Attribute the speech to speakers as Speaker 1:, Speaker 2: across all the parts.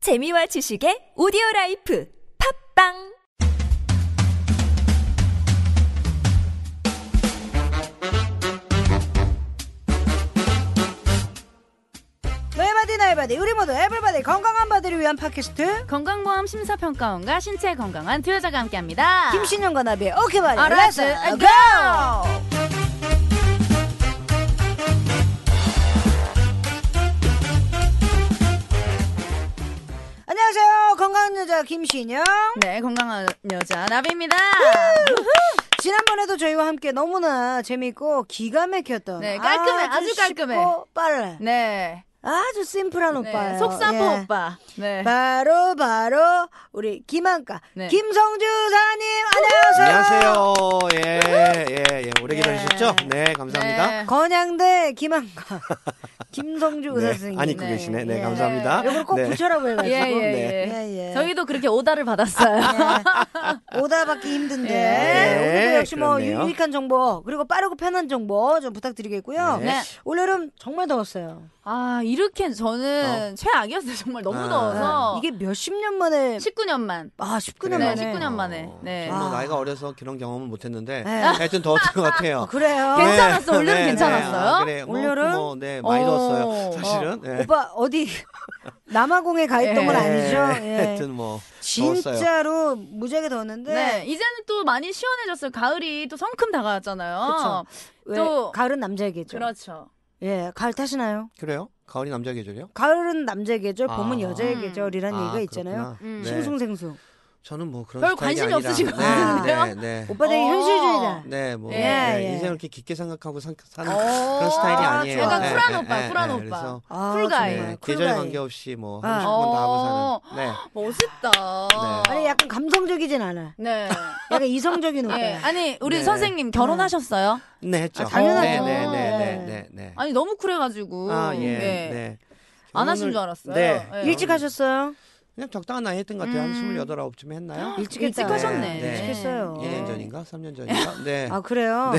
Speaker 1: 재미와 지식의 오디오 라이프 팝빵
Speaker 2: 너의 바디 나의 바디 우리 모두 에블바디 건강한 바디를 위한 팟캐스트
Speaker 3: 건강보험 심사평가원과 신체 건강한 두 여자가 함께합니다.
Speaker 2: 김신영과 나비의 오케바디
Speaker 3: All
Speaker 2: 렛츠
Speaker 3: right, let's
Speaker 2: 고!
Speaker 3: 아,
Speaker 2: 안녕하세요 건강한 여자 김신영
Speaker 3: 네, 건강한 여자 나비입니다.
Speaker 2: 지난번에도 저희와 함께 너무나 재밌고 기가 막혔던
Speaker 3: 네, 깔끔해, 아주
Speaker 2: 쉽고
Speaker 3: 깔끔해.
Speaker 2: 빨라
Speaker 3: 네.
Speaker 2: 아주 심플한
Speaker 3: 네,
Speaker 2: 오빠예요
Speaker 3: 속사포
Speaker 2: 예.
Speaker 3: 오빠. 네.
Speaker 2: 바로 바로 우리 김한가
Speaker 3: 네.
Speaker 2: 김성주 사님 안녕하세요.
Speaker 4: 안녕하세요. 예, 예, 예. 오래
Speaker 3: 예.
Speaker 4: 기다리셨죠? 네, 감사합니다.
Speaker 3: 네.
Speaker 2: 건양대 김한가 김성주 의사 선생님.
Speaker 4: 안 입고
Speaker 3: 네,
Speaker 4: 계시네. 네,
Speaker 2: 예.
Speaker 4: 감사합니다.
Speaker 3: 네.
Speaker 2: 요걸 꼭
Speaker 4: 네.
Speaker 2: 붙여라고
Speaker 3: 예,
Speaker 2: 해가지고.
Speaker 3: 예, 예.
Speaker 2: 예, 아, 예.
Speaker 3: 저희도 그렇게 오다를 받았어요.
Speaker 2: 예. 오다 받기 힘든데
Speaker 4: 예.
Speaker 2: 오늘도 역시 뭐
Speaker 4: 그렇네요.
Speaker 2: 유- 유익한 정보 그리고 빠르고 편한 정보 좀 부탁드리겠고요.
Speaker 3: 네.
Speaker 2: 올여름 정말 더웠어요.
Speaker 3: 아, 이렇게 저는 최악이었어요. 정말 너무
Speaker 4: 아.
Speaker 3: 더워서.
Speaker 2: 이게 몇십 년 만에
Speaker 3: 19년만.
Speaker 2: 아 19년
Speaker 3: 네,
Speaker 2: 만에
Speaker 3: 19년 만에. 네.
Speaker 4: 저는 뭐
Speaker 2: 아.
Speaker 4: 나이가 어려서 그런 경험은 못했는데
Speaker 2: 네.
Speaker 4: 하여튼 더웠던 것 같아요.
Speaker 2: 그래요.
Speaker 4: 네.
Speaker 3: 괜찮- 괜찮았어? 올여름 괜찮았어요?
Speaker 4: 그래. 뭐,
Speaker 2: 올여름?
Speaker 4: 뭐, 네, 많이
Speaker 3: 어.
Speaker 4: 더웠어요. 사실은. 네.
Speaker 2: 오빠 어디 남아공에 가 있던
Speaker 3: 예.
Speaker 2: 건
Speaker 4: 네.
Speaker 2: 아니죠? 예.
Speaker 4: 하여튼 뭐 더웠어요.
Speaker 2: 진짜로 무지하게 더웠는데
Speaker 3: 네. 이제는 또 많이 시원해졌어요. 가을이 또 성큼 다가왔잖아요.
Speaker 2: 왜
Speaker 3: 또-
Speaker 2: 가을은 남자에게죠.
Speaker 3: 그렇죠.
Speaker 2: 예, 가을 타시나요?
Speaker 4: 그래요? 가을이 남자 계절이요?
Speaker 2: 가을은 남자의 계절, 봄은
Speaker 4: 아.
Speaker 2: 여자의
Speaker 3: 음.
Speaker 2: 계절이라는
Speaker 4: 아,
Speaker 2: 얘기가 있잖아요.
Speaker 4: 그렇구나.
Speaker 3: 음.
Speaker 4: 네.
Speaker 2: 싱숭생숭.
Speaker 4: 저는 뭐 그런
Speaker 3: 별
Speaker 4: 스타일이
Speaker 3: 관심이
Speaker 4: 아니라.
Speaker 3: 없으신 것
Speaker 4: 네, 네, 네.
Speaker 2: 오빠 되게
Speaker 3: 어.
Speaker 2: 현실주의자.
Speaker 4: 네, 뭐
Speaker 3: 예,
Speaker 4: 네,
Speaker 2: 예.
Speaker 4: 인생을 이렇게 깊게 생각하고 산, 사는
Speaker 3: 오.
Speaker 4: 그런 스타일이
Speaker 2: 아,
Speaker 4: 아니에요.
Speaker 2: 약간
Speaker 4: 네,
Speaker 3: 쿨한
Speaker 4: 네,
Speaker 3: 오빠,
Speaker 4: 네,
Speaker 3: 쿨한
Speaker 4: 네,
Speaker 3: 오빠.
Speaker 4: 그래서
Speaker 2: 아,
Speaker 3: 쿨가이. 어.
Speaker 2: 정말,
Speaker 4: 네, 계절
Speaker 2: 쿨가이.
Speaker 4: 관계 없이 뭐
Speaker 2: 아.
Speaker 4: 하고 싶은 건다 하고 사는. 네.
Speaker 3: 멋있다.
Speaker 2: 아니, 약간 감성적이진 않아.
Speaker 3: 네.
Speaker 2: 약간 이성적인
Speaker 3: 예.
Speaker 2: 오빠야.
Speaker 3: 아니 우리
Speaker 4: 네.
Speaker 3: 선생님 결혼하셨어요?
Speaker 4: 네, 했죠.
Speaker 2: 아, 당연하죠.
Speaker 4: 네, 네, 네,
Speaker 2: 네.
Speaker 4: 네, 네, 네.
Speaker 3: 예. 아니 너무 쿨해가지고.
Speaker 4: 아, 예,
Speaker 3: 예.
Speaker 4: 네.
Speaker 3: 안 하신
Speaker 4: 결혼을-
Speaker 3: 줄 알았어요.
Speaker 4: 네.
Speaker 3: 예. 음.
Speaker 2: 일찍 하셨어요?
Speaker 4: 그냥 적당한 나이 했던 것 같아요. 한 스물여덟, 아홉쯤 했나요?
Speaker 2: 일찍
Speaker 3: 일찍
Speaker 2: 했다.
Speaker 3: 하셨네.
Speaker 4: 네, 네.
Speaker 2: 일찍 했어요.
Speaker 4: 일 년 전인가? 삼 년 전인가? 네.
Speaker 2: 아, 그래요?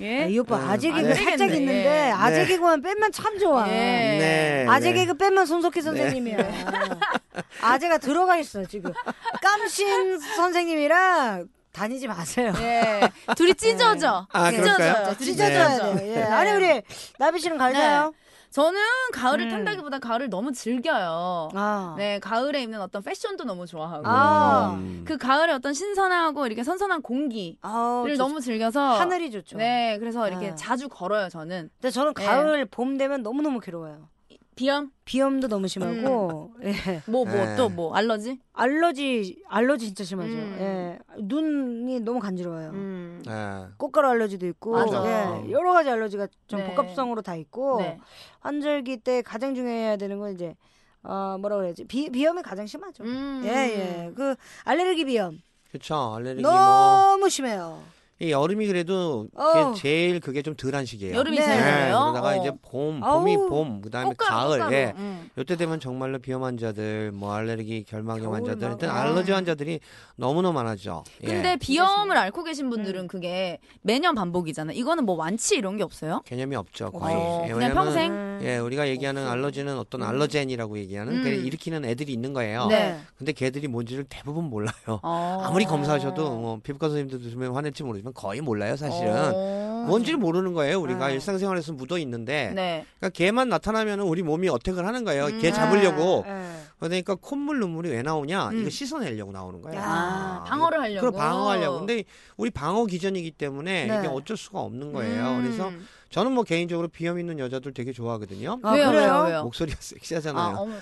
Speaker 3: 예?
Speaker 2: 아, 이 오빠 아재
Speaker 4: 음,
Speaker 2: 개그
Speaker 3: 안
Speaker 2: 살짝
Speaker 3: 되겠네.
Speaker 2: 있는데 아재
Speaker 4: 네.
Speaker 2: 개그만 빼면 참 좋아.
Speaker 3: 예.
Speaker 4: 네.
Speaker 2: 아재
Speaker 4: 네.
Speaker 2: 개그 빼면 손석희 선생님이야. 아재가 들어가 있어 지금. 깜신 선생님이랑 다니지 마세요.
Speaker 3: 예. 둘이 찢어져.
Speaker 4: 아,
Speaker 3: 찢어져요.
Speaker 4: 그럴까요?
Speaker 3: 둘이
Speaker 2: 찢어져야
Speaker 3: 찢어져.
Speaker 2: 돼. 예. 아니 우리 나비 씨는 갈까요?
Speaker 3: 네. 저는
Speaker 4: 음.
Speaker 3: 가을을 탄다기보다 가을을 너무 즐겨요.
Speaker 2: 아.
Speaker 3: 네, 가을에 입는 어떤 패션도 너무 좋아하고.
Speaker 2: 아.
Speaker 4: 음.
Speaker 3: 그 가을에 어떤 신선하고 이렇게 선선한 공기를
Speaker 4: 어,
Speaker 2: 아우, 좋-
Speaker 3: 너무 즐겨서
Speaker 2: 하늘이 좋죠.
Speaker 3: 네, 그래서 이렇게
Speaker 2: 아.
Speaker 3: 자주 걸어요, 저는.
Speaker 2: 근데 저는 가을 봄 되면 너무 너무 괴로워요.
Speaker 3: 비염?
Speaker 2: 비염도 너무 심하고 예.
Speaker 3: 뭐, 뭐,
Speaker 4: 네.
Speaker 3: 또 뭐, 알러지?
Speaker 2: 알러지 알러지 진짜 심하죠.
Speaker 3: 음.
Speaker 2: 예. 눈이 너무 간지러워요.
Speaker 3: 음.
Speaker 4: 네.
Speaker 2: 꽃가루 알러지도 있고
Speaker 3: 맞아.
Speaker 2: 예, 여러 가지 알러지가 좀
Speaker 3: 네.
Speaker 2: 복합성으로 다 있고
Speaker 4: 어.
Speaker 3: 네.
Speaker 2: 환절기 때 가장 중요해야 되는 건 이제 어 뭐라 그래야지 비 비염이 가장 심하죠.
Speaker 3: 음.
Speaker 2: 예예 그 알레르기 비염
Speaker 4: 그쵸. 알레르기 뭐.
Speaker 2: 너무 심해요.
Speaker 4: 이 여름이 그래도
Speaker 2: 어우.
Speaker 4: 그게 제일 그게 좀 덜한 시기예요
Speaker 3: 여름이
Speaker 2: 제일
Speaker 3: 그래요?
Speaker 4: 네. 그러다가
Speaker 3: 어.
Speaker 4: 이제 봄, 봄이
Speaker 2: 아우.
Speaker 4: 봄, 그다음에
Speaker 3: 꽃가루,
Speaker 4: 가을,
Speaker 3: 꽃가루.
Speaker 4: 예.
Speaker 3: 음.
Speaker 4: 요때 되면 정말로 비염 환자들, 뭐 알레르기, 결막염
Speaker 2: 겨울
Speaker 4: 환자들,
Speaker 2: 막-
Speaker 4: 일단
Speaker 2: 아.
Speaker 4: 알러지 환자들이 너무너무 많아져. 예.
Speaker 3: 근데 비염을 앓고 계신 분들은 그게 매년 반복이잖아요. 이거는 뭐 완치 이런 게 없어요?
Speaker 4: 개념이 없죠. 거의.
Speaker 3: 어,
Speaker 4: 예,
Speaker 3: 그냥
Speaker 4: 왜냐면-
Speaker 3: 평생?
Speaker 2: 음.
Speaker 4: 예, 우리가 얘기하는 알러지는 어떤 알러젠이라고 얘기하는
Speaker 3: 음.
Speaker 4: 그 일으키는 애들이 있는 거예요.
Speaker 3: 네.
Speaker 4: 근데 걔들이 뭔지를 대부분 몰라요.
Speaker 3: 어.
Speaker 4: 아무리 검사하셔도 뭐 피부과 선생님들도 좀 화낼지 모르지만 거의 몰라요, 사실은.
Speaker 3: 어. 아.
Speaker 4: 뭔지를 모르는 거예요. 우리가
Speaker 2: 네.
Speaker 4: 일상생활에서 묻어 있는데
Speaker 3: 네.
Speaker 4: 그러니까 걔만 나타나면 우리 몸이 어택을 하는 거예요.
Speaker 3: 음.
Speaker 4: 걔 잡으려고.
Speaker 2: 예.
Speaker 4: 그러니까 콧물 눈물이 왜 나오냐?
Speaker 3: 음.
Speaker 4: 이거 씻어내려고 나오는 거예요.
Speaker 3: 아, 방어를 하려고.
Speaker 4: 그걸 방어하려고. 근데 우리 방어 기전이기 때문에
Speaker 2: 네.
Speaker 4: 이게 어쩔 수가 없는 거예요.
Speaker 3: 음.
Speaker 4: 그래서 저는 뭐 개인적으로 비염 있는 여자들 되게 좋아하거든요.
Speaker 2: 아,
Speaker 3: 왜요,
Speaker 2: 그래요?
Speaker 3: 왜요, 왜요?
Speaker 4: 목소리가
Speaker 3: 아,
Speaker 4: 섹시하잖아요.
Speaker 3: 어머.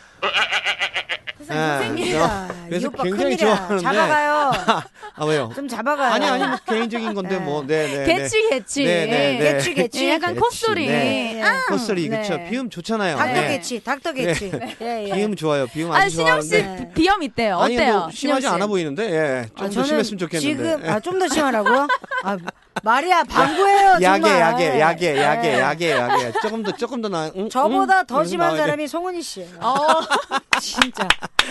Speaker 4: 예,
Speaker 3: 선생님.
Speaker 4: 그래서-
Speaker 2: 아, 이
Speaker 4: 그래서
Speaker 2: 오빠
Speaker 4: 굉장히
Speaker 2: 큰일이야.
Speaker 4: 좋아하는데.
Speaker 2: 잡아가요.
Speaker 4: 아 왜요?
Speaker 2: 좀 잡아가요.
Speaker 4: 아니 아니 뭐 개인적인 건데
Speaker 2: 네.
Speaker 4: 뭐 네네.
Speaker 3: 개취, 개취.
Speaker 4: 네, 네, 네.
Speaker 2: 개취 개취.
Speaker 3: 예, 약간
Speaker 4: 개취,
Speaker 3: 콧소리.
Speaker 4: 네.
Speaker 2: 예.
Speaker 4: 콧소리
Speaker 3: 네.
Speaker 4: 그쵸? 비음 좋잖아요.
Speaker 2: 닭도
Speaker 3: 네.
Speaker 2: 개취. 닭도 개취. 예, 예.
Speaker 4: 비음 좋아요. 비음
Speaker 3: 아,
Speaker 4: 아주
Speaker 3: 신영 씨
Speaker 4: 좋아하는데.
Speaker 2: 좋아하는데.
Speaker 3: 비염 있대요.
Speaker 4: 아니
Speaker 3: 어때요?
Speaker 4: 뭐 심하지
Speaker 3: 신영 씨?
Speaker 4: 않아 보이는데 예.
Speaker 2: 아,
Speaker 4: 좀더 심했으면 좋겠는데.
Speaker 2: 지금 아 좀 더 심하라고요? 아 말이야 방구예요 정말. 네.
Speaker 4: 야게 야게 야게 야게 야게 야게 조금 더 조금 더 나. 응,
Speaker 2: 저보다
Speaker 4: 응?
Speaker 2: 더
Speaker 4: 이러면서
Speaker 2: 심한
Speaker 4: 음, 나와야 돼.
Speaker 2: 사람이 송은이 씨예요.
Speaker 3: 어.
Speaker 2: 진짜.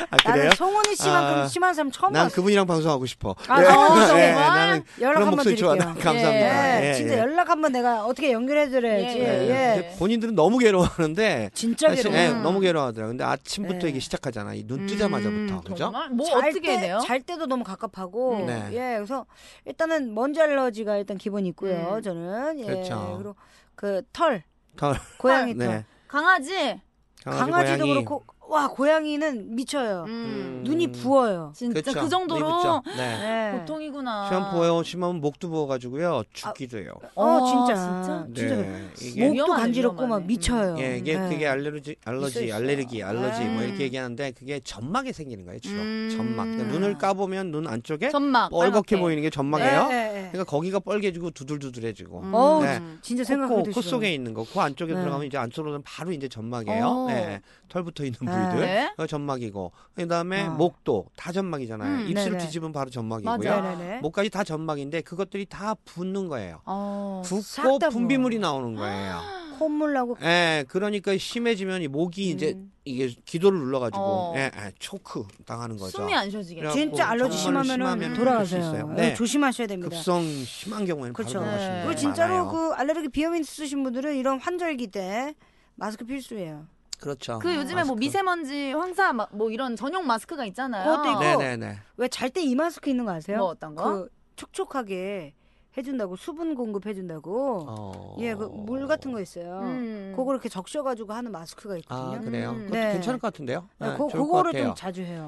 Speaker 4: 아,
Speaker 2: 나는
Speaker 4: 그래요?
Speaker 2: 송은이 씨만큼
Speaker 4: 아,
Speaker 2: 심한 사람 처음
Speaker 4: 난
Speaker 2: 봤어.
Speaker 4: 그분이랑 방송하고 싶어.
Speaker 2: 아,
Speaker 4: 예.
Speaker 2: 어, 정말?
Speaker 4: 예, 나는
Speaker 2: 연락
Speaker 4: 그런
Speaker 2: 한번
Speaker 4: 목소리 좋아.
Speaker 2: 드릴게요.
Speaker 4: 감사합니다.
Speaker 2: 예,
Speaker 4: 예,
Speaker 2: 진짜
Speaker 4: 예. 네.
Speaker 2: 연락 한번 내가 어떻게 연결해드려야지.
Speaker 3: 예.
Speaker 2: 예.
Speaker 4: 근데 본인들은 너무 괴로워하는데
Speaker 2: 진짜
Speaker 4: 사실,
Speaker 2: 괴로워.
Speaker 4: 예, 너무 괴로워하더라고. 근데 아침부터
Speaker 2: 예.
Speaker 4: 이게 시작하잖아. 이 눈
Speaker 2: 음,
Speaker 4: 뜨자마자부터. 그죠?
Speaker 3: 정말? 뭐
Speaker 2: 잘
Speaker 3: 어떻게 해야
Speaker 2: 때-
Speaker 3: 돼요?
Speaker 2: 잘 때도 너무 갑갑하고
Speaker 4: 음. 네.
Speaker 2: 예 그래서 일단은 먼지 알러지가 일단 기본이 있고요
Speaker 3: 음.
Speaker 2: 저는 예
Speaker 4: 그렇죠.
Speaker 2: 리고 그 털
Speaker 4: 털.
Speaker 2: 고양이 털
Speaker 4: 네.
Speaker 3: 강아지.
Speaker 4: 강아지,
Speaker 2: 강아지도
Speaker 4: 고양이.
Speaker 2: 그렇고 와 고양이는 미쳐요
Speaker 3: 음.
Speaker 4: 음.
Speaker 2: 눈이 부어요
Speaker 3: 진짜
Speaker 4: 그쵸.
Speaker 3: 그 정도로
Speaker 4: 눈이 붙죠. 네.
Speaker 2: 예.
Speaker 3: 보통이구나.
Speaker 4: 시험 보여 심하면 목도 부어가지고요 죽기도 해요.
Speaker 2: 어
Speaker 3: 아,
Speaker 2: 진짜
Speaker 4: 네,
Speaker 2: 진짜 뭐
Speaker 4: 이게
Speaker 2: 목도
Speaker 3: 위험하네,
Speaker 2: 간지럽고 막
Speaker 3: 위험하네.
Speaker 2: 미쳐요
Speaker 4: 예, 이게
Speaker 2: 예.
Speaker 4: 그게 알레르기, 알러지,
Speaker 2: 있어요.
Speaker 4: 알레르기, 알러지 뭐
Speaker 3: 음.
Speaker 4: 이렇게 얘기하는데 그게 점막이 생기는 거예요, 주로.
Speaker 3: 음.
Speaker 4: 점막. 그러니까 눈을 까보면 눈 안쪽에
Speaker 3: 점막.
Speaker 4: 뻘겋게
Speaker 3: 빨갛게. 네.
Speaker 4: 보이는 게 점막이에요.
Speaker 2: 예, 예, 예.
Speaker 4: 그러니까 거기가 뻘개지고 두들두들해지고.
Speaker 3: 음.
Speaker 2: 어우
Speaker 4: 네.
Speaker 2: 진짜
Speaker 4: 코,
Speaker 2: 생각해도
Speaker 4: 코 속에 있는 거, 코 안쪽에
Speaker 2: 네.
Speaker 4: 들어가면 이제 안쪽으로는 바로 이제 점막이에요.
Speaker 3: 어.
Speaker 4: 예, 털 붙어 있는
Speaker 2: 네.
Speaker 4: 부위들.
Speaker 3: 네.
Speaker 4: 어, 점막이고. 그다음에
Speaker 2: 아.
Speaker 4: 목도 다 점막이잖아요.
Speaker 3: 음,
Speaker 4: 입술
Speaker 2: 네네.
Speaker 4: 뒤집으면 바로 점막이고요.
Speaker 3: 맞아요.
Speaker 2: 네네네
Speaker 4: 목까지 다 점막인데 그것들이 다 붓는 거예요.
Speaker 3: 어.
Speaker 2: 싹다
Speaker 4: 붓고
Speaker 2: 부어.
Speaker 4: 분비물이 나오는 거예요.
Speaker 2: 콧물 나고
Speaker 4: 예, 그러니까 심해지면 이 목이 이제
Speaker 2: 음.
Speaker 4: 이게 기도를 눌러가지고
Speaker 3: 어.
Speaker 4: 예, 예, 초크 당하는 거죠.
Speaker 3: 숨이 안 쉬어지게.
Speaker 4: 그래갖고
Speaker 2: 진짜 알러지
Speaker 4: 정말로
Speaker 2: 심하면은
Speaker 4: 심하면은 그럴 수
Speaker 2: 돌아가세요
Speaker 4: 있어요.
Speaker 2: 예,
Speaker 4: 네.
Speaker 2: 조심하셔야 됩니다
Speaker 4: 급성 심한 경우에는
Speaker 2: 그렇죠.
Speaker 4: 바로
Speaker 3: 네.
Speaker 4: 나가시는
Speaker 2: 그리고
Speaker 4: 분이
Speaker 2: 진짜로
Speaker 4: 많아요.
Speaker 2: 그 알레르기 비염 있으신 분들은 이런 환절기 때 마스크 필수예요.
Speaker 4: 그렇죠.
Speaker 3: 그 요즘에 뭐
Speaker 4: 마스크.
Speaker 3: 미세먼지 황사 마- 뭐 이런 전용 마스크가 있잖아요.
Speaker 2: 그것도 있고.
Speaker 4: 네네네.
Speaker 2: 왜 잘 때 이 마스크 있는 거 아세요?
Speaker 3: 뭐 어떤 거?
Speaker 2: 그 촉촉하게 해준다고 수분 공급해준다고
Speaker 4: 어.
Speaker 2: 예 그 물 같은 거 있어요.
Speaker 3: 음.
Speaker 2: 그거 이렇게 적셔가지고 하는 마스크가
Speaker 4: 아
Speaker 2: 있거든요.
Speaker 4: 그래요.
Speaker 3: 음.
Speaker 4: 그것도
Speaker 2: 네.
Speaker 4: 괜찮을 것 같은데요.
Speaker 2: 네,
Speaker 4: 네,
Speaker 2: 그,
Speaker 4: 좋을 것
Speaker 2: 그거를 좀
Speaker 4: 같아요.
Speaker 2: 자주 해요.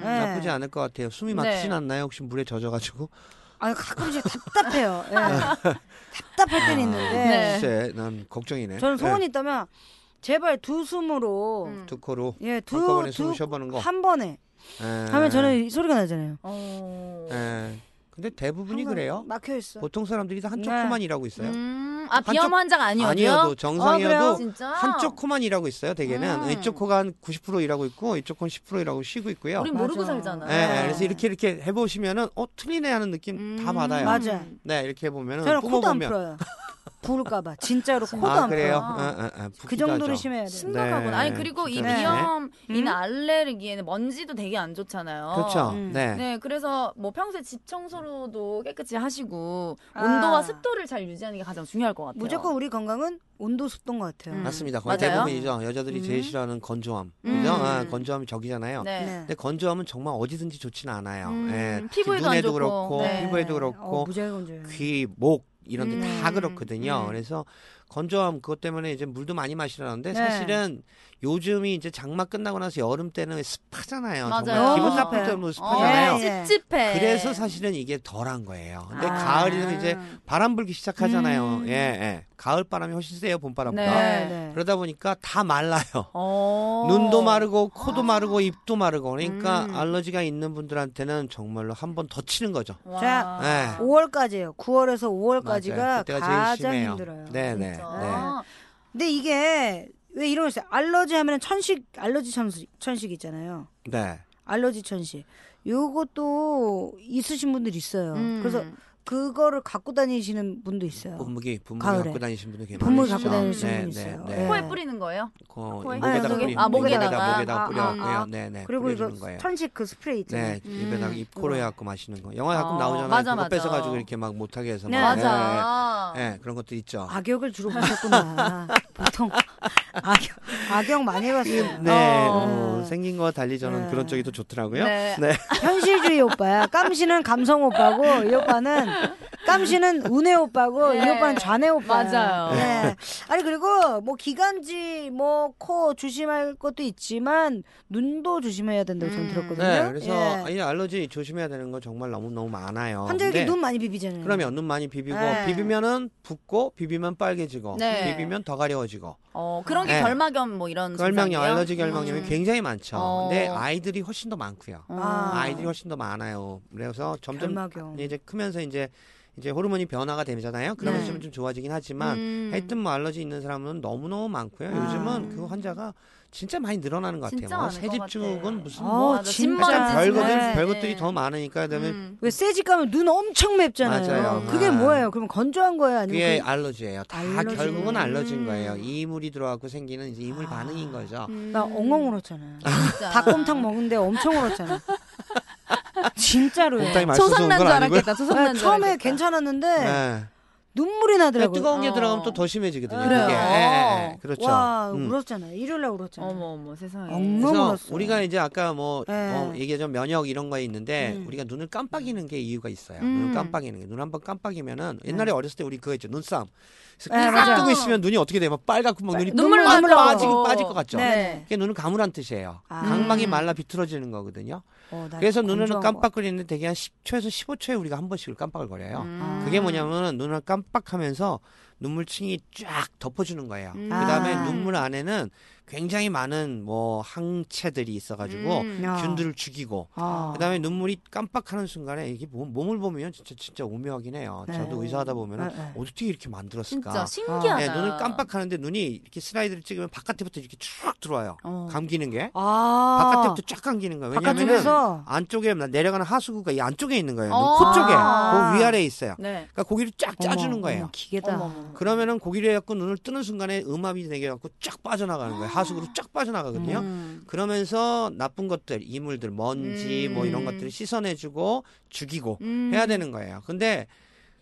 Speaker 3: 음.
Speaker 2: 네.
Speaker 4: 나쁘지 않을 것 같아요. 숨이
Speaker 3: 네.
Speaker 4: 막히진 않나요? 혹시 물에 젖어가지고?
Speaker 2: 아 가끔씩 답답해요. 예. 답답할 때는 있는데
Speaker 3: 네.
Speaker 4: 아, 글쎄, 난 걱정이네.
Speaker 2: 저는 소원이
Speaker 4: 네.
Speaker 2: 있다면 제발 두 숨으로
Speaker 3: 음.
Speaker 4: 두 코로 한꺼번에 숨을
Speaker 2: 예, 예두두
Speaker 4: 쉬어보는 거.
Speaker 2: 한 번에
Speaker 4: 예.
Speaker 2: 하면 저는 이 소리가 나잖아요.
Speaker 3: 어.
Speaker 4: 예. 근데 대부분이
Speaker 2: 항상
Speaker 4: 그래요. 뭐,
Speaker 2: 막혀 있어.
Speaker 4: 보통 사람들이 다 한쪽
Speaker 2: 네.
Speaker 4: 코만 일하고 있어요.
Speaker 3: 음. 아
Speaker 4: 한쪽-
Speaker 3: 비염 환자가 아니어도.
Speaker 4: 아니어도 정상이어도
Speaker 2: 어,
Speaker 3: 진짜.
Speaker 4: 한쪽 코만 일하고 있어요. 대개는
Speaker 3: 아. 음.
Speaker 4: 이쪽 코가 한 90% 일하고 있고 이쪽 코는 10% 일하고 쉬고 있고요.
Speaker 3: 우리 모르고
Speaker 2: 맞아.
Speaker 3: 살잖아.
Speaker 4: 예, 예. 그래서 이렇게 이렇게 해보시면은 어 틀리네 하는 느낌 다 받아요.
Speaker 2: 맞- 맞아요.
Speaker 3: 음.
Speaker 4: 네 이렇게 해보면은
Speaker 2: 저는 코도 안
Speaker 4: 뿜어보면
Speaker 2: 풀어요. 부를까봐 진짜로 코도
Speaker 4: 아
Speaker 2: 안
Speaker 4: 그래요.
Speaker 2: 풀어요.
Speaker 3: 풀어요.
Speaker 4: 아, 아, 아,
Speaker 2: 그
Speaker 4: 붓기도
Speaker 2: 정도는
Speaker 4: 하죠.
Speaker 2: 심해야 돼. 요
Speaker 3: 심각하구나. 아니 그리고 이
Speaker 4: 진짜 네.
Speaker 3: 비염이나
Speaker 2: 음?
Speaker 3: 알레르기에는 먼지도 되게 안 좋잖아요.
Speaker 4: 그렇죠.
Speaker 2: 음.
Speaker 4: 네.
Speaker 3: 네, 그래서 뭐 평소에 집 청소로도 깨끗이 하시고
Speaker 2: 아.
Speaker 3: 온도와 습도를 잘 유지하는 게 가장 중요할 것 같아요.
Speaker 2: 무조건 우리 건강은 온도 습도인 것 같아요.
Speaker 3: 음.
Speaker 4: 맞습니다. 거의
Speaker 3: 맞아요?
Speaker 4: 대부분이죠. 여자들이 제일
Speaker 2: 음.
Speaker 4: 싫어하는 건조함.
Speaker 3: 음.
Speaker 4: 그죠? 아, 건조함이 적이잖아요.
Speaker 3: 네.
Speaker 4: 근데 건조함은 정말 어디든지 좋지는 않아요.
Speaker 3: 음,
Speaker 4: 예,
Speaker 3: 피부에도 안
Speaker 4: 눈에도
Speaker 3: 좋고.
Speaker 4: 그렇고
Speaker 3: 네.
Speaker 4: 피부에도 그렇고
Speaker 2: 어, 무지하게 건조해요.
Speaker 4: 귀, 목 이런 데 다
Speaker 3: 음.
Speaker 4: 그렇거든요.
Speaker 3: 음.
Speaker 4: 그래서 건조함 그것 때문에 이제 물도 많이 마시라는데
Speaker 2: 네.
Speaker 4: 사실은 요즘이 이제 장마 끝나고 나서 여름 때는 습하잖아요.
Speaker 3: 맞아요.
Speaker 4: 정말 기분 나쁠
Speaker 2: 습해.
Speaker 4: 정도로
Speaker 3: 어,
Speaker 4: 습하잖아요.
Speaker 2: 예, 예.
Speaker 3: 찝찝해.
Speaker 4: 그래서 사실은 이게 덜한 거예요. 근데
Speaker 3: 아.
Speaker 4: 가을이면 이제 바람 불기 시작하잖아요.
Speaker 3: 음.
Speaker 4: 예, 예. 가을 바람이 훨씬 세요, 봄바람보다.
Speaker 2: 네,
Speaker 3: 네.
Speaker 2: 네.
Speaker 4: 아, 그러다 보니까 다 말라요.
Speaker 3: 어. 아.
Speaker 4: 눈도 마르고 코도 마르고 입도 마르고 그러니까
Speaker 3: 음.
Speaker 4: 알러지가 있는 분들한테는 정말로 한 번 더 치는 거죠. 예.
Speaker 3: 와.
Speaker 4: 자,
Speaker 2: 5월까지예요. 9월에서
Speaker 4: 맞아요.
Speaker 2: 5월까지가 가장 힘들어요. 아.
Speaker 4: 네네. 네.
Speaker 3: 진짜.
Speaker 2: 근데 이게 왜 이런 거 있어요? 알러지 하면 천식 알러지 천식, 천식 있잖아요.
Speaker 4: 네.
Speaker 2: 알러지 천식. 요것도 있으신 분들 있어요.
Speaker 3: 음.
Speaker 2: 그래서 그거를 갖고 다니시는 분도 있어요.
Speaker 4: 분무기 분무기
Speaker 2: 가을에.
Speaker 4: 갖고 다니시는 분들 굉장히
Speaker 2: 분무기
Speaker 4: 많으시죠.
Speaker 2: 갖고 다니시는
Speaker 4: 네,
Speaker 2: 분이
Speaker 4: 네,
Speaker 2: 있어요.
Speaker 4: 네.
Speaker 3: 코에 뿌리는 거예요?
Speaker 4: 코-
Speaker 3: 코에?
Speaker 2: 아,
Speaker 4: 목에다가
Speaker 2: 여기.
Speaker 4: 뿌리
Speaker 2: 아,
Speaker 3: 목에다가.
Speaker 4: 목에다가
Speaker 2: 아,
Speaker 4: 뿌려갖고요.
Speaker 3: 아, 아.
Speaker 4: 네네.
Speaker 2: 그리고 이거
Speaker 4: 뿌려주는 거예요.
Speaker 2: 천식 그 스프레이 있잖아요.
Speaker 4: 네,
Speaker 3: 음.
Speaker 4: 입에다가 입 코로 해갖고 마시는 거. 영화 가끔
Speaker 3: 어,
Speaker 4: 나오잖아요.
Speaker 3: 맞아,
Speaker 4: 그거
Speaker 3: 맞아.
Speaker 4: 뺏어가지고 이렇게 막 못하게 해서.
Speaker 2: 네. 아,
Speaker 4: 막.
Speaker 3: 맞아.
Speaker 4: 네, 네, 그런 것도 있죠.
Speaker 2: 악역을 주로 보셨구나. 보통 악역, 악역 많이 봤어요.
Speaker 4: 네,
Speaker 2: 어.
Speaker 4: 어, 생긴 거와 달리 저는
Speaker 2: 네.
Speaker 4: 그런 쪽이 더 좋더라고요.
Speaker 3: 네.
Speaker 2: 현실주의 오빠야. 깜씨는 감성 오빠고 이 오빠는 깜씨는 운해 오빠고 이
Speaker 3: 네.
Speaker 2: 오빠는 좌뇌 오빠.
Speaker 3: 맞아요.
Speaker 2: 네. 아니 그리고 뭐 기관지 뭐 코 조심할 것도 있지만 눈도 조심해야 된다고 저는
Speaker 3: 음.
Speaker 2: 들었거든요.
Speaker 4: 네, 그래서
Speaker 2: 예.
Speaker 4: 이 알러지 조심해야 되는 거 정말 너무 너무 많아요.
Speaker 2: 환절기
Speaker 4: 어, 근데
Speaker 2: 눈 많이 비비잖아요.
Speaker 4: 그러면
Speaker 3: 음.
Speaker 4: 눈 많이 비비고
Speaker 2: 네.
Speaker 4: 비비면은 붓고 비비면 빨개지고
Speaker 3: 네.
Speaker 4: 비비면 더 가려워지고
Speaker 3: 어, 그런 게
Speaker 4: 네.
Speaker 3: 결막염 뭐 이런
Speaker 4: 결명염
Speaker 3: 증상이에요?
Speaker 4: 알러지 결명염이
Speaker 3: 음.
Speaker 4: 굉장히 많죠.
Speaker 3: 어.
Speaker 4: 근데 아이들이 훨씬 더 많고요.
Speaker 2: 아.
Speaker 4: 아이들이 훨씬 더 많아요. 그래서 점점
Speaker 2: 결막염.
Speaker 4: 이제 크면서 이제 이제 호르몬이 변화가 되잖아요. 그러면
Speaker 3: 네.
Speaker 4: 좀, 좀 좋아지긴 하지만
Speaker 3: 음.
Speaker 4: 하여튼 뭐 알러지 있는 사람은 너무너무 많고요.
Speaker 2: 아.
Speaker 4: 요즘은 그 환자가 진짜 많이 늘어나는 것
Speaker 3: 진짜
Speaker 4: 같아요.
Speaker 3: 많을 것
Speaker 4: 새집
Speaker 3: 같아요. 어,
Speaker 4: 쪽은 무슨
Speaker 2: 아,
Speaker 4: 뭐
Speaker 3: 맞아.
Speaker 2: 진짜
Speaker 3: 집만
Speaker 2: 진짜.
Speaker 4: 약간
Speaker 3: 짓지.
Speaker 4: 별것들
Speaker 2: 네.
Speaker 4: 별것들이 더 많으니까 그다음에
Speaker 3: 음.
Speaker 2: 왜 세지 가면 눈 엄청 맵잖아요.
Speaker 4: 맞아요.
Speaker 2: 그게
Speaker 4: 아.
Speaker 2: 뭐예요? 그럼 건조한 거예요? 아니면
Speaker 4: 그게 알러지예요. 다
Speaker 2: 알러지.
Speaker 4: 결국은 알러지인 거예요.
Speaker 3: 음.
Speaker 4: 이물이 들어가고 생기는 이제 이물
Speaker 2: 아.
Speaker 4: 반응인 거죠.
Speaker 3: 음.
Speaker 2: 그- 나 엉엉 울었잖아.
Speaker 3: 진짜.
Speaker 2: 닭곰탕 먹은데 엄청 울었잖아. 진짜로요.
Speaker 4: 곰탕이 맛있어서
Speaker 3: 초상난
Speaker 4: 온건
Speaker 3: 줄
Speaker 4: 아니고요.
Speaker 3: 알았겠다.
Speaker 2: 네,
Speaker 3: 초상난 줄
Speaker 2: 처음에
Speaker 3: 알았겠다.
Speaker 2: 괜찮았는데
Speaker 4: 네.
Speaker 2: 눈물이
Speaker 4: 그러니까
Speaker 2: 나더라고요.
Speaker 4: 뜨거운 게
Speaker 3: 어.
Speaker 4: 들어가면 또 더 심해지거든요.
Speaker 2: 그래요.
Speaker 4: 그게. 예, 예, 예. 그렇죠.
Speaker 2: 와
Speaker 4: 음.
Speaker 2: 울었잖아. 일요일 날 울었잖아.
Speaker 3: 어머 어머 세상에.
Speaker 2: 엉망- 너무
Speaker 4: 그래서
Speaker 2: 울었어요.
Speaker 4: 우리가 이제 아까 뭐
Speaker 2: 네.
Speaker 4: 어, 얘기하자면 면역 이런 거에 있는데
Speaker 2: 음.
Speaker 4: 우리가 눈을 깜빡이는 게 이유가 있어요.
Speaker 3: 음.
Speaker 4: 눈을 깜빡이는 게 눈 한번 깜빡이면은 옛날에 어렸을 때 우리 그거 있죠 눈싸움. 그래서
Speaker 2: 네,
Speaker 4: 깜빡
Speaker 3: 맞아요.
Speaker 4: 뜨고 있으면 눈이 어떻게 돼요? 막 빨갛고 막 눈이
Speaker 3: 눈물
Speaker 2: 눈물
Speaker 3: 나죠.
Speaker 4: 빠지긴 빠질 것 같죠.
Speaker 2: 네.
Speaker 4: 그게 눈을 감으란 뜻이에요.
Speaker 2: 아.
Speaker 4: 각막이
Speaker 3: 음.
Speaker 4: 말라 비틀어지는 거거든요.
Speaker 2: 어, 나
Speaker 4: 그래서
Speaker 2: 건조한
Speaker 4: 눈을
Speaker 2: 거.
Speaker 4: 깜빡거리는데 대개 한 10초에서 15초에 우리가 한 번씩을 깜빡을 거려요.
Speaker 3: 음.
Speaker 4: 그게 뭐냐면 눈을 깜빡하면서 눈물층이 쫙 덮어주는 거예요.
Speaker 3: 음.
Speaker 4: 그다음에
Speaker 2: 아.
Speaker 4: 눈물 안에는 굉장히 많은 뭐 항체들이 있어가지고
Speaker 3: 음.
Speaker 2: 야.
Speaker 4: 균들을 죽이고
Speaker 2: 아.
Speaker 4: 그다음에 눈물이 깜빡하는 순간에 이게 몸- 몸을 보면 진짜 진짜 오묘하긴 해요.
Speaker 2: 네.
Speaker 4: 저도 의사하다 보면
Speaker 2: 네, 네.
Speaker 4: 어떻게 이렇게
Speaker 3: 진짜
Speaker 4: 만들었을까?
Speaker 3: 신기하다.
Speaker 4: 예, 눈을 깜빡하는데 눈이 이렇게 슬라이드를 찍으면 바깥에부터 이렇게 쭉 들어와요.
Speaker 3: 어.
Speaker 4: 감기는 게
Speaker 2: 아.
Speaker 4: 바깥에부터 쫙 감기는 거예요. 왜냐면은
Speaker 2: 바깥쪽에서
Speaker 4: 안쪽에 내려가는 하수구가 이 안쪽에 있는 거예요.
Speaker 3: 어.
Speaker 4: 눈코 쪽에,
Speaker 2: 아.
Speaker 4: 그 위아래에 있어요.
Speaker 3: 네.
Speaker 4: 그러니까 고기를 쫙 짜주는
Speaker 2: 어머,
Speaker 4: 거예요.
Speaker 2: 어머, 기계다.
Speaker 3: 어머, 어머.
Speaker 4: 그러면은 고기를 해갖고 눈을 뜨는 순간에 음압이 내겨갖고 쫙 빠져나가는 거예요. 하수구로 쫙 빠져나가거든요.
Speaker 3: 음.
Speaker 4: 그러면서 나쁜 것들, 이물들, 먼지 뭐 이런
Speaker 3: 음.
Speaker 4: 것들을 씻어내주고 죽이고
Speaker 3: 음.
Speaker 4: 해야 되는 거예요. 근데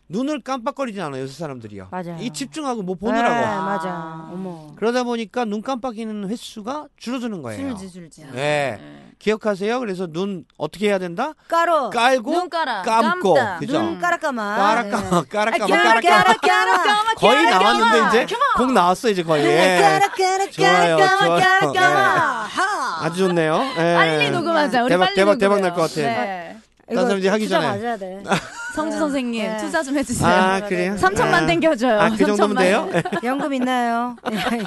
Speaker 4: 눈을 깜빡거리지 않아요, 요새 사람들이요.
Speaker 2: 맞아요.
Speaker 4: 이 집중하고 뭐
Speaker 2: 네,
Speaker 4: 보느라고.
Speaker 2: 맞아. 어머.
Speaker 4: 그러다 보니까 눈 깜빡이는 횟수가 줄어드는 거예요.
Speaker 3: 줄지 네. 줄지.
Speaker 4: 예. 기억하세요? 그래서 눈 어떻게 해야 된다?
Speaker 2: 까로.
Speaker 4: 깔고
Speaker 3: 눈 깔아.
Speaker 4: 감고.
Speaker 3: 깜다.
Speaker 4: 그죠? 음.
Speaker 2: 눈 네. 아, 까라까마.
Speaker 4: 까라까마 까라까마
Speaker 2: 까라,
Speaker 4: 까라까마
Speaker 2: 까라, 까라.
Speaker 4: 거의 나왔는데 이제 곡 나왔어 이제 거의 예.
Speaker 2: 네, 까라, 까라,
Speaker 4: 좋아요,
Speaker 2: 까라까마,
Speaker 4: 좋아요. 예.
Speaker 2: 까라까마. 하.
Speaker 4: 아주 좋네요. 예.
Speaker 3: 빨리 녹음하자. 우리
Speaker 4: 대박,
Speaker 3: 빨리
Speaker 4: 대박,
Speaker 3: 녹음해요.
Speaker 4: 대박 날것 같아.
Speaker 3: 네.
Speaker 4: 다른 사람 이제 하기
Speaker 2: 투자
Speaker 4: 전에.
Speaker 2: 맞아야 돼.
Speaker 3: 성주 선생님
Speaker 2: 네.
Speaker 3: 투자 좀 해주세요.
Speaker 4: 아 그래요?
Speaker 3: 3천만
Speaker 4: 아.
Speaker 3: 땡겨줘요.
Speaker 4: 아, 그
Speaker 3: 3천만.
Speaker 4: 정도면 돼요?
Speaker 2: 연금 있나요? 네.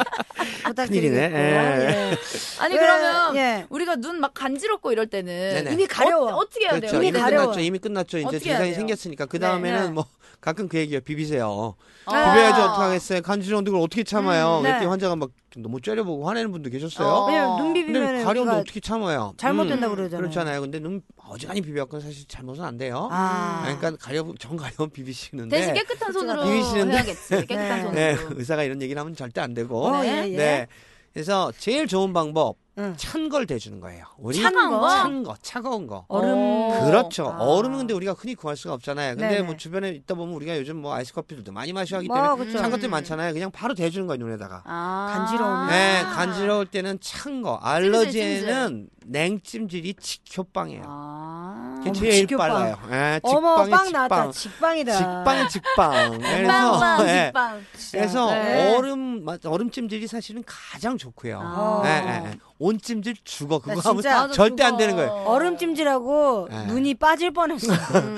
Speaker 2: 부탁드리네.
Speaker 4: 큰일이네. 예.
Speaker 3: 아니
Speaker 2: 예,
Speaker 3: 그러면
Speaker 2: 예.
Speaker 3: 우리가 눈 막 간지럽고 이럴 때는
Speaker 4: 네네.
Speaker 2: 이미 예. 가려워.
Speaker 3: 어, 떻게 해야 돼요?
Speaker 4: 그렇죠.
Speaker 2: 이미
Speaker 4: 이미,
Speaker 2: 가려워.
Speaker 4: 끝났죠. 이미 끝났죠. 이제
Speaker 3: 어떻게 해야
Speaker 4: 증상이
Speaker 3: 돼요?
Speaker 4: 생겼으니까 그 다음에는
Speaker 2: 네.
Speaker 4: 뭐 가끔 그 얘기요. 비비세요.
Speaker 3: 아.
Speaker 4: 비벼야지 어떡하겠어요. 간지러운데 그걸 어떻게 참아요?
Speaker 2: 음, 네.
Speaker 4: 그랬더니 환자가 막 너무 째려보고 화내는 분도 계셨어요.
Speaker 3: 어.
Speaker 2: 왜냐면 눈
Speaker 4: 근데
Speaker 2: 비비면
Speaker 4: 가려운데
Speaker 2: 여기가
Speaker 4: 어떻게 참아요? 음,
Speaker 2: 잘못된다고 그러잖아요.
Speaker 4: 그렇잖아요. 근데 눈 어지간히 비벼갖고 사실 잘못은 안 돼요.
Speaker 2: 아.
Speaker 4: 아니, 그러니까 가려 전 가려면 비비시는데
Speaker 3: 대신 깨끗한 손으로
Speaker 4: 비비시는데.
Speaker 3: 해야겠지. 깨끗한
Speaker 2: 그렇죠. 네.
Speaker 3: 손으로.
Speaker 4: 네, 의사가 이런 얘기를 하면 절대 안 되고.
Speaker 2: 어, 예,
Speaker 4: 네.
Speaker 2: 예.
Speaker 4: 그래서 제일 좋은 방법
Speaker 2: 응.
Speaker 4: 찬 걸 대주는 거예요. 우리
Speaker 3: 찬 거?
Speaker 4: 찬 거, 차가운 거.
Speaker 2: 얼음.
Speaker 3: 어.
Speaker 4: 그렇죠.
Speaker 2: 아.
Speaker 4: 얼음은 근데 우리가 흔히 구할 수가 없잖아요. 근데
Speaker 2: 네네.
Speaker 4: 뭐 주변에 있다 보면 우리가 요즘 뭐 아이스 커피들도 많이 마셔 하기 때문에
Speaker 2: 뭐, 그쵸.
Speaker 4: 찬
Speaker 3: 거-
Speaker 4: 것들 많잖아요. 그냥 바로 대주는 거예요, 눈에다가.
Speaker 3: 아.
Speaker 2: 간지러우면.
Speaker 4: 네, 간지러울 때는 찬 거. 알러지에는 냉찜질이 직효방이에요.
Speaker 3: 아.
Speaker 4: 그게
Speaker 2: 어머,
Speaker 4: 제일
Speaker 2: 직효빵.
Speaker 4: 빨라요. 예,
Speaker 2: 어머,
Speaker 4: 직방이
Speaker 2: 빵 나왔다.
Speaker 4: 직방.
Speaker 2: 직방이다.
Speaker 4: 직방이 직방. 그래서
Speaker 3: 빵빵
Speaker 4: 예,
Speaker 3: 빵.
Speaker 2: 진짜.
Speaker 4: 그래서
Speaker 3: 네.
Speaker 4: 얼음 맞- 얼음찜질이 사실은 가장 좋고요.
Speaker 3: 아.
Speaker 4: 네, 네, 네. 온찜질
Speaker 2: 나
Speaker 4: 죽어 그거 하면
Speaker 2: 네, 진짜
Speaker 3: 맞아,
Speaker 4: 절대
Speaker 3: 그거.
Speaker 4: 안 되는 거예요.
Speaker 2: 얼음찜질하고
Speaker 4: 네.
Speaker 2: 눈이 빠질 뻔했어.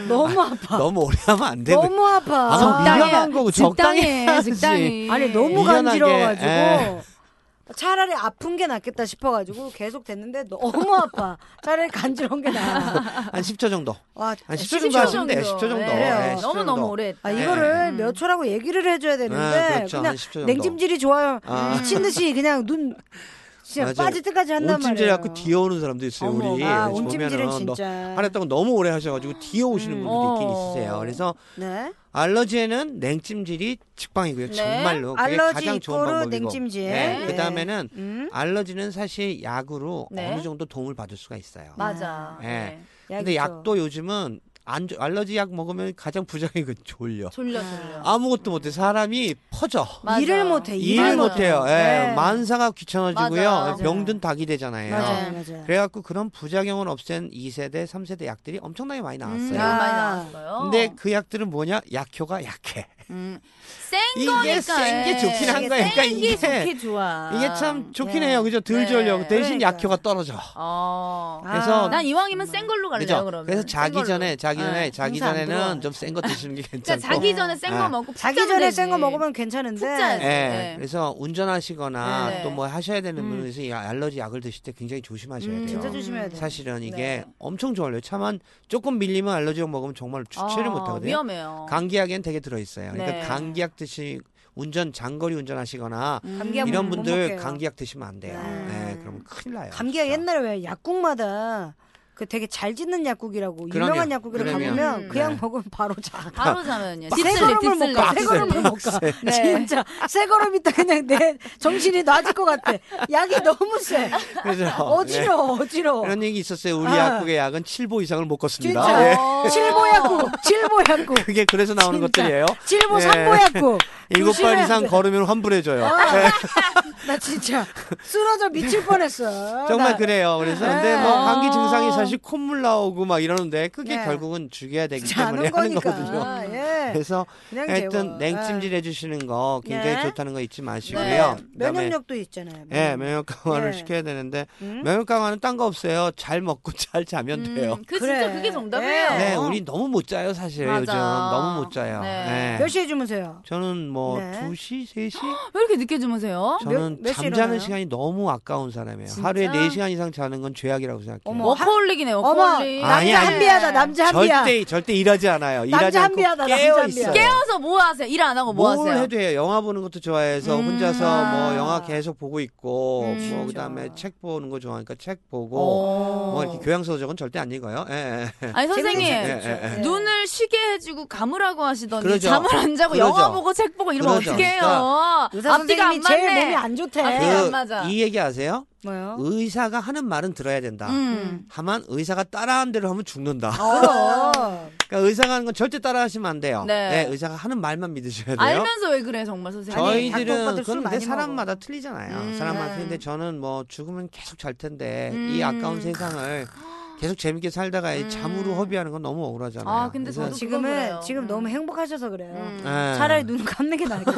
Speaker 2: 너무 아파.
Speaker 4: 너무 오래 하면 안 되는. 거예요.
Speaker 2: 너무 아파.
Speaker 4: 음. 아, 그럼
Speaker 3: 적당히
Speaker 4: 미련한 거고 적당히
Speaker 3: 적당히
Speaker 4: 해야지.
Speaker 3: 적당히.
Speaker 2: 아니 너무
Speaker 4: 미련하게, 예.
Speaker 2: 간지러워가지고 차라리 아픈 게 낫겠다 싶어가지고 계속 됐는데 너무 아파. 차라리 간지러운 게 나아.
Speaker 4: 한 10초 정도. 네,
Speaker 2: 와,
Speaker 4: 한 10초
Speaker 3: 10초
Speaker 4: 정도 하시면 돼요. 10초 정도.
Speaker 3: 네.
Speaker 2: 그래요.
Speaker 4: 네, 10초
Speaker 3: 너무
Speaker 4: 정도.
Speaker 3: 너무 오래.
Speaker 2: 아,
Speaker 4: 네.
Speaker 2: 이거를 몇 초라고 얘기를 해줘야 되는데
Speaker 4: 네, 그렇죠.
Speaker 2: 그냥
Speaker 4: 한 10초 정도.
Speaker 2: 냉찜질이 좋아요.
Speaker 4: 아.
Speaker 2: 미친 듯이 그냥 눈 진짜
Speaker 4: 맞아요.
Speaker 2: 빠질 때까지 한단 말이에요.
Speaker 4: 온찜질 해갖고 뒤어오는 사람도 있어요.
Speaker 3: 어머,
Speaker 4: 우리
Speaker 2: 아,
Speaker 4: 보면은
Speaker 2: 온찜질은
Speaker 4: 너-
Speaker 2: 진짜.
Speaker 4: 안 했다고 너무 오래 하셔가지고 뒤어오시는
Speaker 3: 음.
Speaker 4: 분들도 있긴
Speaker 3: 어.
Speaker 4: 있으세요. 그래서
Speaker 2: 네.
Speaker 4: 알러지에는 냉찜질이 직방이고요.
Speaker 3: 네.
Speaker 4: 정말로 그게
Speaker 2: 알러지
Speaker 4: 가장 좋은
Speaker 2: 입고로
Speaker 4: 방법이고.
Speaker 2: 냉찜질.
Speaker 4: 네.
Speaker 2: 예.
Speaker 4: 그다음에는
Speaker 2: 음.
Speaker 4: 알러지는 사실 약으로
Speaker 3: 네.
Speaker 4: 어느 정도 도움을 받을 수가 있어요.
Speaker 3: 맞아.
Speaker 4: 예.
Speaker 3: 네.
Speaker 2: 약이죠.
Speaker 4: 근데 약도 요즘은 안 좋- 알러지 약 먹으면 가장 부작용이 그 졸려.
Speaker 3: 졸려 졸려.
Speaker 4: 아무것도 못해. 사람이 퍼져.
Speaker 3: 맞아.
Speaker 2: 일을 못해.
Speaker 4: 일을
Speaker 2: 네, 일을
Speaker 4: 못해요. 예.
Speaker 2: 네.
Speaker 4: 만사가 귀찮아지고요.
Speaker 3: 맞아.
Speaker 4: 병든 닭이 되잖아요.
Speaker 2: 맞아요,
Speaker 3: 네.
Speaker 2: 맞아요.
Speaker 4: 그래갖고 그런 부작용을 없앤 2세대, 3세대 약들이 엄청나게 많이
Speaker 3: 음,
Speaker 4: 나왔어요.
Speaker 2: 야.
Speaker 3: 많이 나왔어요.
Speaker 4: 아, 근데 그 약들은 뭐냐? 약효가 약해.
Speaker 3: 음, 센
Speaker 4: 이게
Speaker 3: 거니까 예.
Speaker 4: 센게 좋긴 한 거야. 그러니까
Speaker 3: 센게
Speaker 4: 이게-
Speaker 3: 좋게 좋아.
Speaker 4: 이게 참 좋긴
Speaker 2: 네.
Speaker 4: 해요. 그죠? 덜
Speaker 3: 네.
Speaker 4: 졸려. 대신
Speaker 2: 그러니까.
Speaker 4: 약효가 떨어져.
Speaker 3: 어.
Speaker 4: 그래서
Speaker 2: 아.
Speaker 3: 난 이왕이면 센 걸로 갈래요
Speaker 4: 그죠?
Speaker 3: 그러면.
Speaker 4: 그래서
Speaker 3: 센
Speaker 4: 자기
Speaker 3: 걸로.
Speaker 4: 전에, 자기 전에,
Speaker 3: 네.
Speaker 4: 자기
Speaker 2: 항상 안
Speaker 4: 전에는
Speaker 2: 들어와요.
Speaker 4: 좀 센 거 드시는 게 괜찮고.
Speaker 3: 그러니까 자기 전에 센 거
Speaker 4: 아.
Speaker 3: 먹고 푹
Speaker 2: 자기
Speaker 3: 자면 음.
Speaker 2: 전에
Speaker 3: 되지.
Speaker 2: 센 거 먹으면 괜찮은데
Speaker 3: 푹
Speaker 4: 예.
Speaker 3: 네.
Speaker 4: 그래서 운전하시거나
Speaker 3: 네.
Speaker 4: 또 뭐 하셔야 되는
Speaker 3: 음.
Speaker 4: 분에서 이 알러지 약을 드실 때 굉장히 조심하셔야
Speaker 3: 음,
Speaker 4: 돼요.
Speaker 2: 진짜 조심해야 돼요.
Speaker 4: 사실은 이게
Speaker 3: 네.
Speaker 4: 엄청 좋아요. 차만 조금 밀리면 알러지약 먹으면 정말 주체를
Speaker 3: 아,
Speaker 4: 못하거든요.
Speaker 3: 위험해요.
Speaker 4: 감기약엔 되게 들어있어요. 그러니까
Speaker 3: 네.
Speaker 4: 감기약 드시 운전 장거리 운전하시거나
Speaker 2: 감기약 네,
Speaker 4: 이런
Speaker 2: 못
Speaker 4: 분들
Speaker 2: 먹게요.
Speaker 4: 감기약 드시면 안 돼요.
Speaker 2: 네.
Speaker 4: 네, 그러면 큰일 나요.
Speaker 2: 감기가
Speaker 4: 진짜.
Speaker 2: 옛날에 왜 약국마다 그 되게 잘 짓는 약국이라고 유명한
Speaker 4: 그럼요.
Speaker 2: 약국이라 고
Speaker 4: 그럼요.
Speaker 2: 가보면
Speaker 3: 음. 네,
Speaker 2: 그 약
Speaker 4: 네.
Speaker 2: 먹으면 바로 자.
Speaker 3: 바로 자면요.
Speaker 2: 새 걸음을 못 가. 새
Speaker 4: 딥슬립.
Speaker 2: 걸음을 못 가.
Speaker 3: 네.
Speaker 2: 진짜 새 걸음 있다 그냥 내 정신이 놔질 것 같아. 약이 너무
Speaker 4: 어,
Speaker 2: 세.
Speaker 4: 그래서, 네.
Speaker 2: 어지러워 어지러워.
Speaker 4: 이런 얘기 있었어요. 우리
Speaker 2: 아.
Speaker 4: 약국의 약은 7보 이상을 못 걷습니다.
Speaker 2: 진짜.
Speaker 4: 예.
Speaker 3: 어,
Speaker 2: 어. 칠보약국 칠보약국
Speaker 4: 그게 그래서 나오는
Speaker 2: 진짜.
Speaker 4: 것들이에요.
Speaker 2: 칠보
Speaker 4: 예.
Speaker 2: 삼보약국
Speaker 4: 일곱 발
Speaker 2: 조심해야
Speaker 4: 이상
Speaker 2: 돼.
Speaker 4: 걸으면 환불해줘요.
Speaker 2: 아, 나 진짜 쓰러져 미칠 뻔했어.
Speaker 4: 정말
Speaker 2: 나-
Speaker 4: 그래요. 그래서 근데
Speaker 2: 네.
Speaker 4: 뭐 감기 증상이 사실 콧물 나오고 막 이러는데 그게
Speaker 2: 네.
Speaker 4: 결국은 죽여야 되기 때문에
Speaker 2: 자는
Speaker 4: 하는
Speaker 2: 거니까.
Speaker 4: 거거든요.
Speaker 2: 예.
Speaker 4: 그래서
Speaker 2: 그냥
Speaker 4: 하여튼
Speaker 2: 재워.
Speaker 4: 냉찜질 해주시는 거 굉장히
Speaker 2: 네.
Speaker 4: 좋다는 거 잊지
Speaker 2: 예.
Speaker 4: 마시고요.
Speaker 2: 네.
Speaker 4: 그다음에
Speaker 2: 면역력도 있잖아요.
Speaker 4: 예, 면역 강화를
Speaker 2: 네.
Speaker 4: 시켜야 되는데
Speaker 2: 음?
Speaker 4: 면역 강화는 딴 거 없어요. 잘 먹고 잘 자면 돼요.
Speaker 3: 음, 그
Speaker 2: 그래.
Speaker 3: 진짜 그게 정답이에요.
Speaker 2: 네.
Speaker 4: 네, 우리 너무 못 자요 사실
Speaker 3: 맞아.
Speaker 4: 요즘 너무 못 자요.
Speaker 3: 네.
Speaker 4: 네.
Speaker 2: 몇 시에 주무세요?
Speaker 4: 저는 뭐
Speaker 2: 네.
Speaker 4: 두 2시, 3시?
Speaker 3: 왜 이렇게 늦게 주무세요?
Speaker 4: 저는
Speaker 2: 몇 시에
Speaker 4: 잠자는
Speaker 2: 일어나요?
Speaker 4: 시간이 너무 아까운 사람이에요.
Speaker 3: 진짜?
Speaker 4: 하루에 4시간 이상 자는 건 죄악이라고 생각해요.
Speaker 2: 어머, 뭐
Speaker 3: 워커홀릭이네 워커홀릭.
Speaker 4: 어머,
Speaker 2: 남자
Speaker 4: 아니, 아니.
Speaker 2: 한비하다 남자 한비야.
Speaker 4: 절대 절대 일하지 않아요. 일하지
Speaker 2: 남자
Speaker 4: 않고
Speaker 2: 한비하다, 남자
Speaker 4: 깨어
Speaker 2: 한비야.
Speaker 4: 있어요.
Speaker 3: 깨어서 뭐 하세요? 일 안 하고 뭐
Speaker 4: 뭘
Speaker 3: 하세요?
Speaker 4: 해도 해요. 영화 보는 것도 좋아해서
Speaker 3: 음.
Speaker 4: 혼자서 뭐
Speaker 2: 아.
Speaker 4: 영화 계속 보고 있고
Speaker 3: 음.
Speaker 4: 뭐
Speaker 2: 진짜.
Speaker 4: 그다음에 책 보는 거 좋아하니까 책 보고
Speaker 3: 어.
Speaker 4: 뭐 이렇게 교양 서적은 절대 안 읽어요. 예, 예. 예.
Speaker 3: 아니 선생님
Speaker 4: 재밌는 예, 예, 예.
Speaker 3: 눈을 쉬게 해주고 감으라고 하시더니
Speaker 4: 그러죠.
Speaker 3: 잠을 안 자고
Speaker 4: 그러죠.
Speaker 3: 영화 보고 책 보고 이러면
Speaker 4: 그러죠.
Speaker 3: 어떻게 해요?
Speaker 2: 그러니까. 의사
Speaker 3: 앞뒤가
Speaker 2: 선생님이
Speaker 3: 안 맞네.
Speaker 2: 제일 몸이 안 어? 좋대.
Speaker 3: 아, 그래요? 안 맞아.
Speaker 4: 이 얘기 아세요?
Speaker 2: 뭐요?
Speaker 4: 의사가 하는 말은 들어야 된다.
Speaker 3: 음.
Speaker 4: 다만 의사가 따라하는 대로 하면 죽는다.
Speaker 2: 아, 그럼.
Speaker 4: 그러니까 의사가 하는 건 절대 따라하시면 안 돼요.
Speaker 3: 네.
Speaker 4: 의사가 하는 말만 믿으셔야 돼요.
Speaker 3: 알면서 왜 그래 정말 선생님?
Speaker 2: 아니, 저희-
Speaker 4: 저희들은
Speaker 2: 닭볶음밥을 술
Speaker 4: 그건 근데
Speaker 2: 많이 네.
Speaker 4: 사람마다 틀리잖아요.
Speaker 3: 음.
Speaker 4: 사람마다 틀린데 저는 뭐 죽으면 계속 잘 텐데
Speaker 3: 음.
Speaker 4: 이 아까운 세상을 계속 재밌게 살다가 이
Speaker 3: 음.
Speaker 4: 잠으로 허비하는 건 너무 억울하잖아요.
Speaker 3: 아, 근데 저도
Speaker 2: 지금은
Speaker 3: 그래요.
Speaker 2: 지금
Speaker 3: 음.
Speaker 2: 너무 행복하셔서 그래요.
Speaker 3: 음.
Speaker 4: 예.
Speaker 2: 차라리 눈 감는 게 나겠다.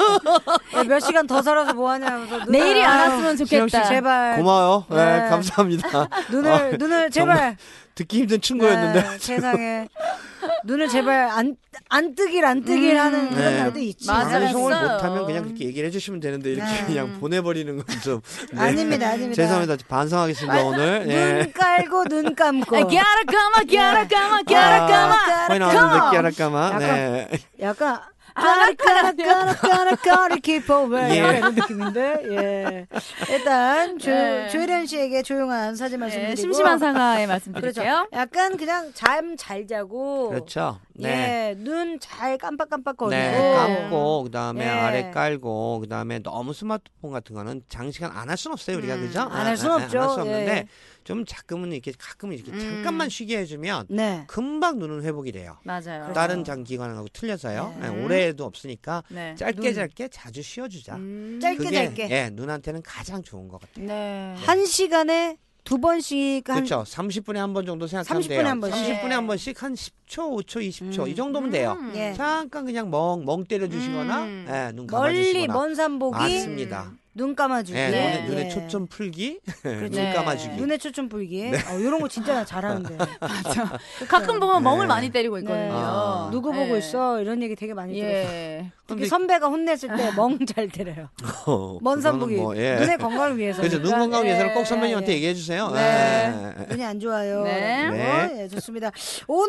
Speaker 2: 몇 시간 더 살아서 뭐 하냐면서 눈을-
Speaker 3: 내일이 안 왔으면 좋겠다.
Speaker 2: 제발
Speaker 4: 고마워요. 네,
Speaker 2: 네.
Speaker 4: 감사합니다.
Speaker 2: 눈을
Speaker 4: 어,
Speaker 2: 눈을 제발
Speaker 4: 듣기 힘든 친구였는데
Speaker 2: 네, 세상에 눈을 제발 안 안 뜨길 안 뜨길
Speaker 3: 음.
Speaker 2: 하는 그런
Speaker 4: 네.
Speaker 2: 날도 있지. 음.
Speaker 3: 맞아요.
Speaker 4: 방송을
Speaker 3: 잘했어요.
Speaker 4: 못하면 그냥 그렇게 얘기를 해주시면 되는데 이렇게
Speaker 2: 네.
Speaker 4: 그냥 보내버리는 건좀 네.
Speaker 2: 아닙니다, 아닙니다.
Speaker 4: 죄송합니다. 반성하겠습니다 오늘. 예.
Speaker 2: 눈 깔고 눈 감고.
Speaker 3: 아, 갸라 까마 갸라 까마 갸라
Speaker 4: 아,
Speaker 3: 까마
Speaker 4: 거의 나왔는데 깨알까마. 네.
Speaker 2: 약간 까라까라까라까라까라 keep away
Speaker 4: 예.
Speaker 2: 이런 느낌인데 예 일단 조,
Speaker 3: 네.
Speaker 2: 조혜련 씨에게 조용한 사죄 말씀드리고
Speaker 3: 네, 심심한 상하의
Speaker 2: 그렇죠
Speaker 3: 말씀드릴게요.
Speaker 2: 약간 그냥 잠 잘 자고
Speaker 4: 그렇죠. 네.
Speaker 2: 예눈 잘 깜빡깜빡거리고
Speaker 4: 네, 감고 그다음에
Speaker 2: 예.
Speaker 4: 아래 깔고 그다음에 너무 스마트폰 같은 거는 장시간 안 할 수는 없어요 우리가
Speaker 3: 음,
Speaker 4: 그죠? 예,
Speaker 2: 안할 수는
Speaker 4: 안 할
Speaker 2: 없죠.
Speaker 4: 수 없는데
Speaker 2: 예.
Speaker 4: 좀 가끔은 이렇게 가끔은 이렇게
Speaker 3: 음.
Speaker 4: 잠깐만 쉬게 해주면
Speaker 2: 네.
Speaker 4: 금방 눈은 회복이 돼요.
Speaker 2: 그 그렇죠.
Speaker 3: 맞아요.
Speaker 4: 다른 장기관하고 틀려서요.
Speaker 2: 네.
Speaker 4: 네, 올해도 없으니까
Speaker 3: 네.
Speaker 4: 짧게
Speaker 2: 예. 눈.
Speaker 4: 짧게 자주 쉬어주자.
Speaker 3: 음.
Speaker 2: 짧게 짧게
Speaker 4: 예, 눈한테는 가장 좋은 것 같아요.
Speaker 3: 네.
Speaker 2: 한 시간에 두 번씩 한
Speaker 4: 그렇죠. 30분에 한 번 정도 생각하면
Speaker 2: 30분에
Speaker 4: 돼요.
Speaker 2: 한 번씩.
Speaker 4: 30분에 한 번씩 한 10초, 5초, 20초 이 정도면 돼요.
Speaker 3: 음.
Speaker 2: 예.
Speaker 4: 잠깐 그냥 멍, 멍 때려주시거나
Speaker 3: 음.
Speaker 4: 예, 눈
Speaker 2: 멀리
Speaker 4: 감아주시거나
Speaker 2: 먼 산보기
Speaker 4: 맞습니다.
Speaker 2: 눈 감아주기
Speaker 4: 예,
Speaker 3: 네.
Speaker 4: 눈에, 눈에
Speaker 2: 예.
Speaker 4: 초점 네. 풀기,
Speaker 3: 네.
Speaker 4: 눈 감아주기.
Speaker 2: 그렇죠. 눈에 초점 보이기 어, 이런 거 진짜 나 잘하는데
Speaker 3: 가끔 보면
Speaker 4: 네.
Speaker 3: 멍을 많이 때리고 있거든요.
Speaker 2: 네.
Speaker 4: 아.
Speaker 2: 누구 보고
Speaker 3: 네.
Speaker 2: 있어 이런 얘기 되게 많이 들었어요.
Speaker 3: 예.
Speaker 2: 특히 선배가 혼냈을 때 멍 잘 때려요.
Speaker 4: 어,
Speaker 2: 먼
Speaker 4: 그거는
Speaker 2: 산보기
Speaker 4: 뭐, 예.
Speaker 2: 눈의 건강을 위해서.
Speaker 3: 그렇죠.
Speaker 4: 그래서 눈 건강을 위해서는 꼭 선배님한테
Speaker 2: 예.
Speaker 4: 얘기해 주세요.
Speaker 2: 네.
Speaker 4: 예.
Speaker 2: 눈이 안 좋아요.
Speaker 3: 네.
Speaker 2: 어, 예, 좋습니다.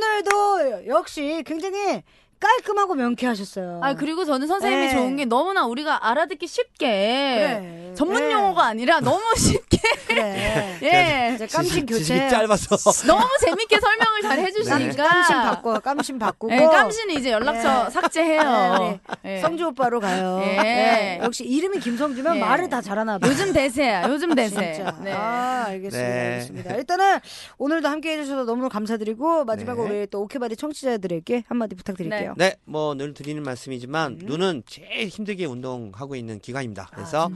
Speaker 2: 오늘도 역시 굉장히 깔끔하고 명쾌하셨어요.
Speaker 3: 아 그리고 저는 선생님이
Speaker 2: 네.
Speaker 3: 좋은 게 너무나 우리가 알아듣기 쉽게
Speaker 2: 그래.
Speaker 3: 전문
Speaker 2: 예,
Speaker 3: 용어가 아니라 너무 쉽게
Speaker 2: 그래.
Speaker 3: 예
Speaker 2: 네. 이제 깜신
Speaker 4: 지식이
Speaker 2: 교체.
Speaker 4: 짧아서.
Speaker 3: 너무 재밌게 설명을 잘
Speaker 2: 깜-
Speaker 3: 해주시니까
Speaker 2: 깜신 네. 바꿔. 깜신 바꾸고.
Speaker 3: 예, 깜신이 이제 연락처
Speaker 2: 예.
Speaker 3: 삭제해요. 예.
Speaker 2: 네. 성주 오빠로 가요.
Speaker 3: 예.
Speaker 2: 예, 역시 이름이 김성주면
Speaker 3: 예.
Speaker 2: 말을 다 잘하나 봐.
Speaker 3: 요즘 대세야. 요즘 대세.
Speaker 2: 진짜.
Speaker 3: 네.
Speaker 2: 아, 알겠습니다.
Speaker 4: 네.
Speaker 2: 알겠습니다. 일단은 오늘도 함께 해주셔서 너무너무 감사드리고, 마지막으로
Speaker 4: 네.
Speaker 2: 우리 또 오케바디 청취자들에게 한마디 부탁드릴게요.
Speaker 4: 네, 뭐 늘 드리는 말씀이지만
Speaker 2: 음.
Speaker 4: 눈은 제일 힘들게 운동하고 있는 기관입니다.
Speaker 2: 아,
Speaker 4: 그래서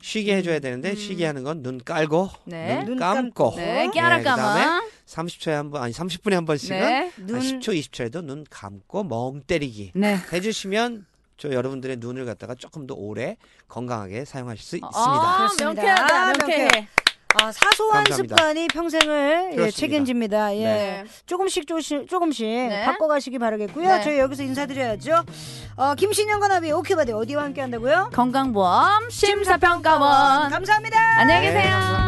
Speaker 4: 쉬게 해줘야 되는데 쉬게 하는 건 눈 깔고,
Speaker 3: 네.
Speaker 4: 눈
Speaker 2: 음. 눈
Speaker 4: 감고,
Speaker 3: 네.
Speaker 4: 네,
Speaker 3: 깨알까마.
Speaker 4: 그다음에 30초에 한 번, 아니 30분에 한 번씩은
Speaker 3: 네.
Speaker 4: 한 10초, 20초에도 눈 감고 멍 때리기
Speaker 3: 네.
Speaker 4: 해주시면 저 여러분들의 눈을 갖다가 조금 더 오래 건강하게 사용하실 수 있습니다.
Speaker 3: 아,
Speaker 2: 그렇습니다.
Speaker 3: 명쾌하다.
Speaker 2: 아,
Speaker 3: 명쾌해.
Speaker 2: 아, 사소한
Speaker 4: 감사합니다.
Speaker 2: 습관이 평생을 예,
Speaker 4: 그렇습니다.
Speaker 2: 책임집니다. 예.
Speaker 3: 네.
Speaker 2: 조금씩 조시, 조금씩
Speaker 3: 네.
Speaker 2: 바꿔가시기 바라겠고요.
Speaker 3: 네.
Speaker 2: 저희 여기서 인사드려야죠. 어, 김신영과 나비 오케바디 어디와 함께 한다고요?
Speaker 3: 건강보험 심사평가원.
Speaker 2: 감사합니다.
Speaker 3: 안녕히 계세요.